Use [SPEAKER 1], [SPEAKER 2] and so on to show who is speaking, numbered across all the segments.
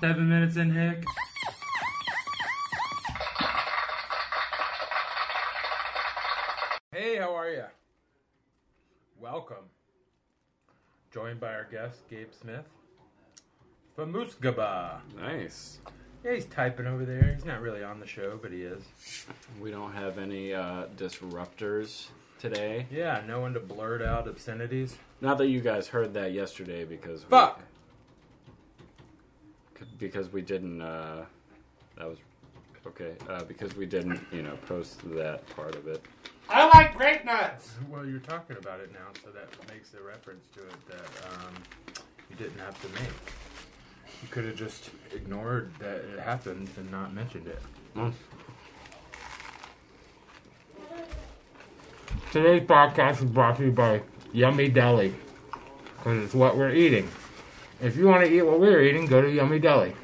[SPEAKER 1] Seven minutes in, Hick.
[SPEAKER 2] Hey, how are you? Welcome. Joined by our guest, Gabe Smith from Musgaba.
[SPEAKER 3] Nice.
[SPEAKER 2] Yeah, he's typing over there. He's not really on the show, but he is.
[SPEAKER 3] We don't have any uh, disruptors today.
[SPEAKER 2] Yeah, no one to blurt out obscenities.
[SPEAKER 3] Not that you guys heard that yesterday because we-
[SPEAKER 2] Fuck!
[SPEAKER 3] c- because we didn't. Uh, that was okay. Uh, because we didn't, you know, post that part of it.
[SPEAKER 4] I like grape nuts.
[SPEAKER 2] Well, you're talking about it now, so that makes the reference to it that um, you didn't have to make. You could have just ignored that it happened and not mentioned it.
[SPEAKER 4] Mm. Today's podcast is brought to you by Yummy Deli, because it's what we're eating. If you want to eat what we're eating, go to Yummy Deli.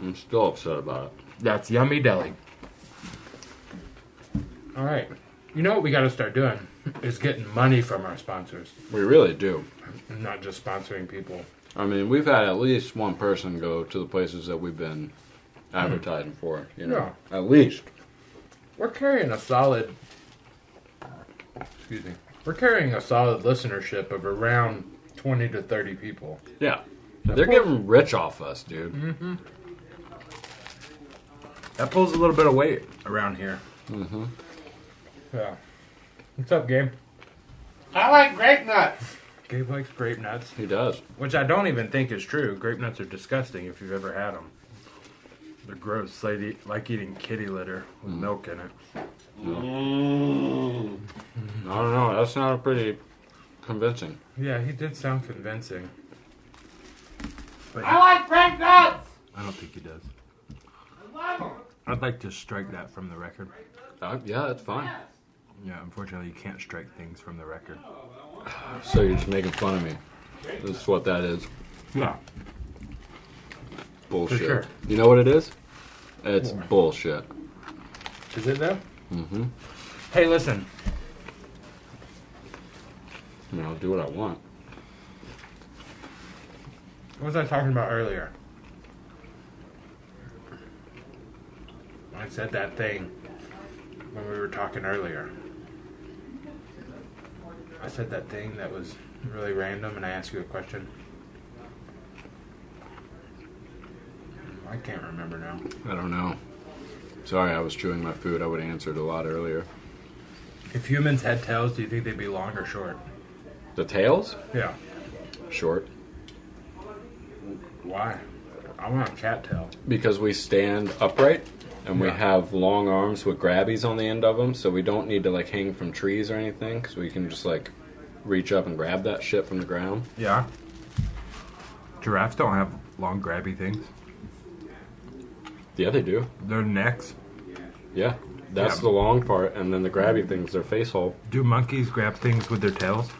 [SPEAKER 3] I'm still upset about it.
[SPEAKER 4] That's Yummy Deli.
[SPEAKER 2] All right. You know what we got to start doing is getting money from our sponsors,
[SPEAKER 3] We really do.
[SPEAKER 2] and not just sponsoring people.
[SPEAKER 3] I mean, we've had at least one person go to the places that we've been advertising for. You know, Hmm. at least.
[SPEAKER 2] We're carrying a solid. Excuse me. We're carrying a solid listenership of around twenty to thirty people.
[SPEAKER 3] Yeah. They're getting rich off us, dude.
[SPEAKER 2] That pulls a little bit of weight around here. Mm-hmm. Yeah. What's up, Gabe?
[SPEAKER 4] I like grape nuts.
[SPEAKER 2] Gabe likes grape nuts,
[SPEAKER 3] He does.
[SPEAKER 2] which I don't even think is true. Grape nuts are disgusting if you've ever had them. They're gross, like, e- like eating kitty litter with milk in it.
[SPEAKER 3] I don't know. That's not pretty convincing.
[SPEAKER 2] Yeah, he did sound convincing. But
[SPEAKER 4] I like grape nuts.
[SPEAKER 2] I don't think he does.
[SPEAKER 4] I love them.
[SPEAKER 2] I'd like to strike that from the record.
[SPEAKER 3] Uh, yeah, that's fine.
[SPEAKER 2] Yeah, unfortunately, you can't strike things from the record.
[SPEAKER 3] So you're just making fun of me. This is what that is.
[SPEAKER 2] Yeah.
[SPEAKER 3] Bullshit.
[SPEAKER 2] For sure.
[SPEAKER 3] You know what it is? It's bullshit.
[SPEAKER 2] Is it though? Mm-hmm. Hey, listen.
[SPEAKER 3] I mean, I'll do what I want.
[SPEAKER 2] What was I talking about earlier? I said that thing when we were talking earlier. I said that thing that was really random, and I asked you a question. I can't remember now.
[SPEAKER 3] I don't know. Sorry, I was chewing my food. I would have answered a lot earlier.
[SPEAKER 2] If humans had tails, do you think they'd be long or short?
[SPEAKER 3] The tails?
[SPEAKER 2] Yeah.
[SPEAKER 3] Short.
[SPEAKER 2] Why? I want a cat tail.
[SPEAKER 3] Because we stand upright and we
[SPEAKER 2] Yeah.
[SPEAKER 3] have long arms with grabbies on the end of them, so we don't need to like hang from trees or anything, because we can just like reach up and grab that shit from the ground.
[SPEAKER 2] Yeah. Giraffes don't have long grabby things.
[SPEAKER 3] Yeah, they do.
[SPEAKER 2] Their necks.
[SPEAKER 3] Yeah, that's
[SPEAKER 2] Yeah.
[SPEAKER 3] the long part, and then the grabby thing's their face hole.
[SPEAKER 2] Do monkeys grab things with their tails?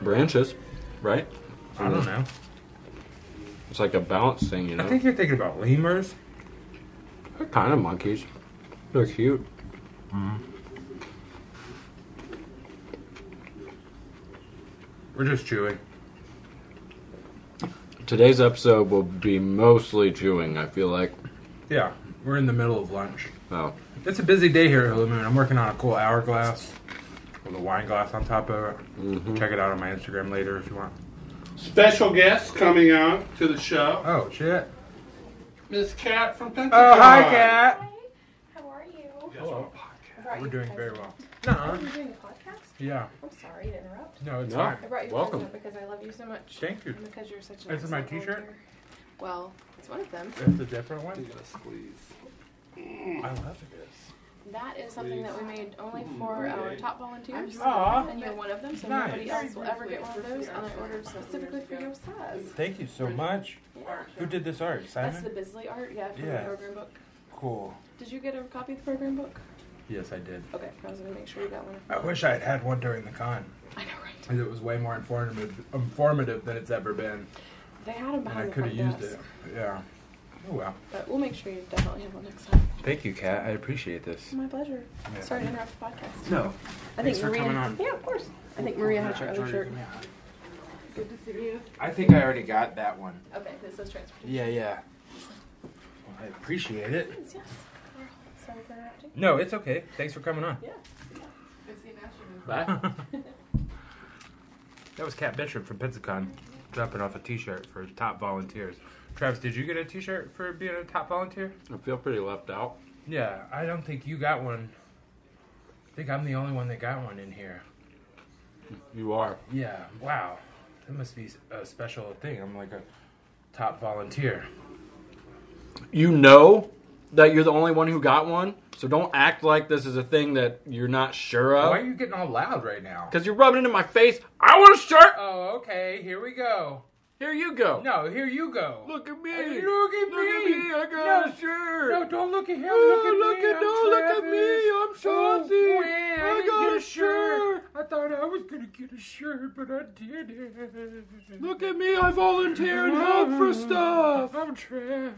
[SPEAKER 3] Branches, right?
[SPEAKER 2] I don't know.
[SPEAKER 3] It's like a balance thing, you
[SPEAKER 2] I
[SPEAKER 3] know.
[SPEAKER 2] think you're thinking about lemurs.
[SPEAKER 3] They're kind of monkeys. They're cute.
[SPEAKER 2] We're just chewing.
[SPEAKER 3] Today's episode will be mostly chewing. I feel like.
[SPEAKER 2] Yeah, we're in the middle of lunch.
[SPEAKER 3] Oh,
[SPEAKER 2] It's a busy day here at Hula Moon. I'm working on a cool hourglass with a wine glass on top of it. Check it out on my Instagram later if you want.
[SPEAKER 4] Special guest coming on to the show,
[SPEAKER 2] Oh, shit.
[SPEAKER 4] Miss Cat from Pensacola.
[SPEAKER 2] Oh, hi, Cat.
[SPEAKER 5] How are you?
[SPEAKER 2] Hello.
[SPEAKER 5] I brought
[SPEAKER 2] We're
[SPEAKER 5] you
[SPEAKER 2] doing
[SPEAKER 5] a
[SPEAKER 2] very
[SPEAKER 5] present.
[SPEAKER 2] well. Nuh-uh.
[SPEAKER 5] Oh, you're doing a podcast?
[SPEAKER 2] Yeah.
[SPEAKER 5] I'm sorry to interrupt.
[SPEAKER 2] No, it's
[SPEAKER 3] No.
[SPEAKER 2] fine.
[SPEAKER 5] I brought you a
[SPEAKER 3] Welcome.
[SPEAKER 5] present because I love you so much.
[SPEAKER 2] Thank you.
[SPEAKER 5] And because you're such an
[SPEAKER 2] This is my
[SPEAKER 5] excellent
[SPEAKER 2] t-shirt?
[SPEAKER 5] volunteer. Well, it's one of them.
[SPEAKER 2] That's a different one. I love it.
[SPEAKER 5] That is something that we made only for our top volunteers.
[SPEAKER 2] Aw.
[SPEAKER 5] And you're one of them, so
[SPEAKER 2] Nice.
[SPEAKER 5] nobody else will ever get one of those. And I ordered specifically for your size.
[SPEAKER 2] Thank you so much.
[SPEAKER 5] Yeah.
[SPEAKER 2] Who did this art?
[SPEAKER 5] That's the
[SPEAKER 2] Simon?
[SPEAKER 5] Bisley art, yeah, from
[SPEAKER 2] Yeah.
[SPEAKER 5] the program book.
[SPEAKER 2] Cool.
[SPEAKER 5] Did you get a copy of the program book?
[SPEAKER 2] Yes, I did.
[SPEAKER 5] Okay, I was going to make sure you got one.
[SPEAKER 2] I wish I had had one during the con.
[SPEAKER 5] I know, right?
[SPEAKER 2] It was way more informative, informative than it's ever been.
[SPEAKER 5] They had them
[SPEAKER 2] And I
[SPEAKER 5] behind the
[SPEAKER 2] could have
[SPEAKER 5] front
[SPEAKER 2] used
[SPEAKER 5] desk.
[SPEAKER 2] it. Yeah. Oh wow.
[SPEAKER 5] But we'll make sure you definitely have one next time.
[SPEAKER 2] Thank you, Kat. I appreciate this.
[SPEAKER 5] My pleasure. Sorry to interrupt the podcast.
[SPEAKER 2] No.
[SPEAKER 5] I
[SPEAKER 2] Thanks
[SPEAKER 5] think
[SPEAKER 2] for
[SPEAKER 5] Maria.
[SPEAKER 2] coming on.
[SPEAKER 5] Yeah, of course. I think Maria had your other shirt. Good to see you.
[SPEAKER 2] I think I already got that one.
[SPEAKER 5] Okay, this is transportation.
[SPEAKER 2] Yeah, yeah. Well, I appreciate it.
[SPEAKER 5] Yes. Sorry for interrupting.
[SPEAKER 2] No, it's okay. Thanks for coming on.
[SPEAKER 5] Yeah.
[SPEAKER 2] Bye. that was Kat Bishop from Pensacon dropping off a t shirt for top volunteers. Travis, did you get a t shirt for being a top volunteer?
[SPEAKER 3] I feel pretty left out.
[SPEAKER 2] Yeah, I don't think you got one. I think I'm the only one that got one in here.
[SPEAKER 3] You are.
[SPEAKER 2] Yeah, wow. That must be a special thing. I'm like a top volunteer.
[SPEAKER 3] You know that you're the only one who got one, so don't act like this is a thing that you're not sure
[SPEAKER 2] Why are
[SPEAKER 3] of.
[SPEAKER 2] you getting all loud right now?
[SPEAKER 3] Because you're rubbing it in my face. I want a shirt.
[SPEAKER 2] Oh, okay. Here we go.
[SPEAKER 3] Here you go.
[SPEAKER 2] No, here you go.
[SPEAKER 3] Look at me.
[SPEAKER 2] Look at me.
[SPEAKER 3] I got
[SPEAKER 2] No.
[SPEAKER 3] a shirt.
[SPEAKER 2] No, don't look at him.
[SPEAKER 3] Oh,
[SPEAKER 2] look at me.
[SPEAKER 3] look at-
[SPEAKER 2] I'm
[SPEAKER 3] no, look at
[SPEAKER 2] Travis.
[SPEAKER 3] me. I'm Chauncey.
[SPEAKER 2] Oh, man,
[SPEAKER 3] I
[SPEAKER 2] didn't
[SPEAKER 3] got
[SPEAKER 2] get
[SPEAKER 3] a shirt.
[SPEAKER 2] I thought I was gonna get a shirt, but I didn't.
[SPEAKER 3] Look at me. I volunteer and help for stuff.
[SPEAKER 2] I'm Travis.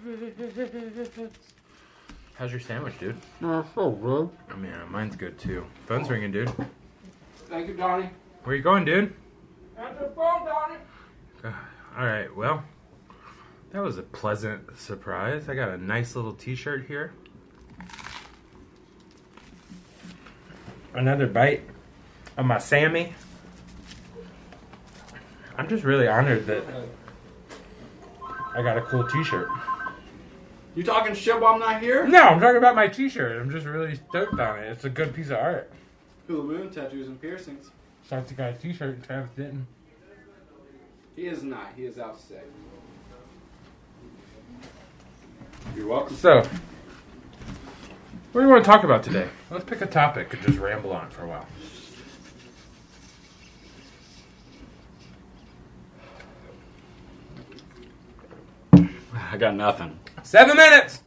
[SPEAKER 2] How's your sandwich, dude?
[SPEAKER 3] so good.
[SPEAKER 2] Oh man, mine's good too. Phone's ringing, dude.
[SPEAKER 3] Thank you, Donnie.
[SPEAKER 2] Where you going, dude?
[SPEAKER 3] Answer the phone, Donnie.
[SPEAKER 2] All right, well, that was a pleasant surprise. I got a nice little T-shirt here. Another bite of my Sammy. I'm just really honored that I got a cool T-shirt.
[SPEAKER 3] You talking shit while I'm not here?
[SPEAKER 2] No, I'm talking about my T-shirt. I'm just really stoked on it. It's a good piece of art.
[SPEAKER 3] Hula moon tattoos and piercings.
[SPEAKER 2] Chauncey got a T-shirt and Travis didn't.
[SPEAKER 3] He is not. He is out sick. You're welcome.
[SPEAKER 2] So, what do you want to talk about today? Let's pick a topic and just ramble on for a while.
[SPEAKER 3] I got nothing.
[SPEAKER 2] Seven minutes.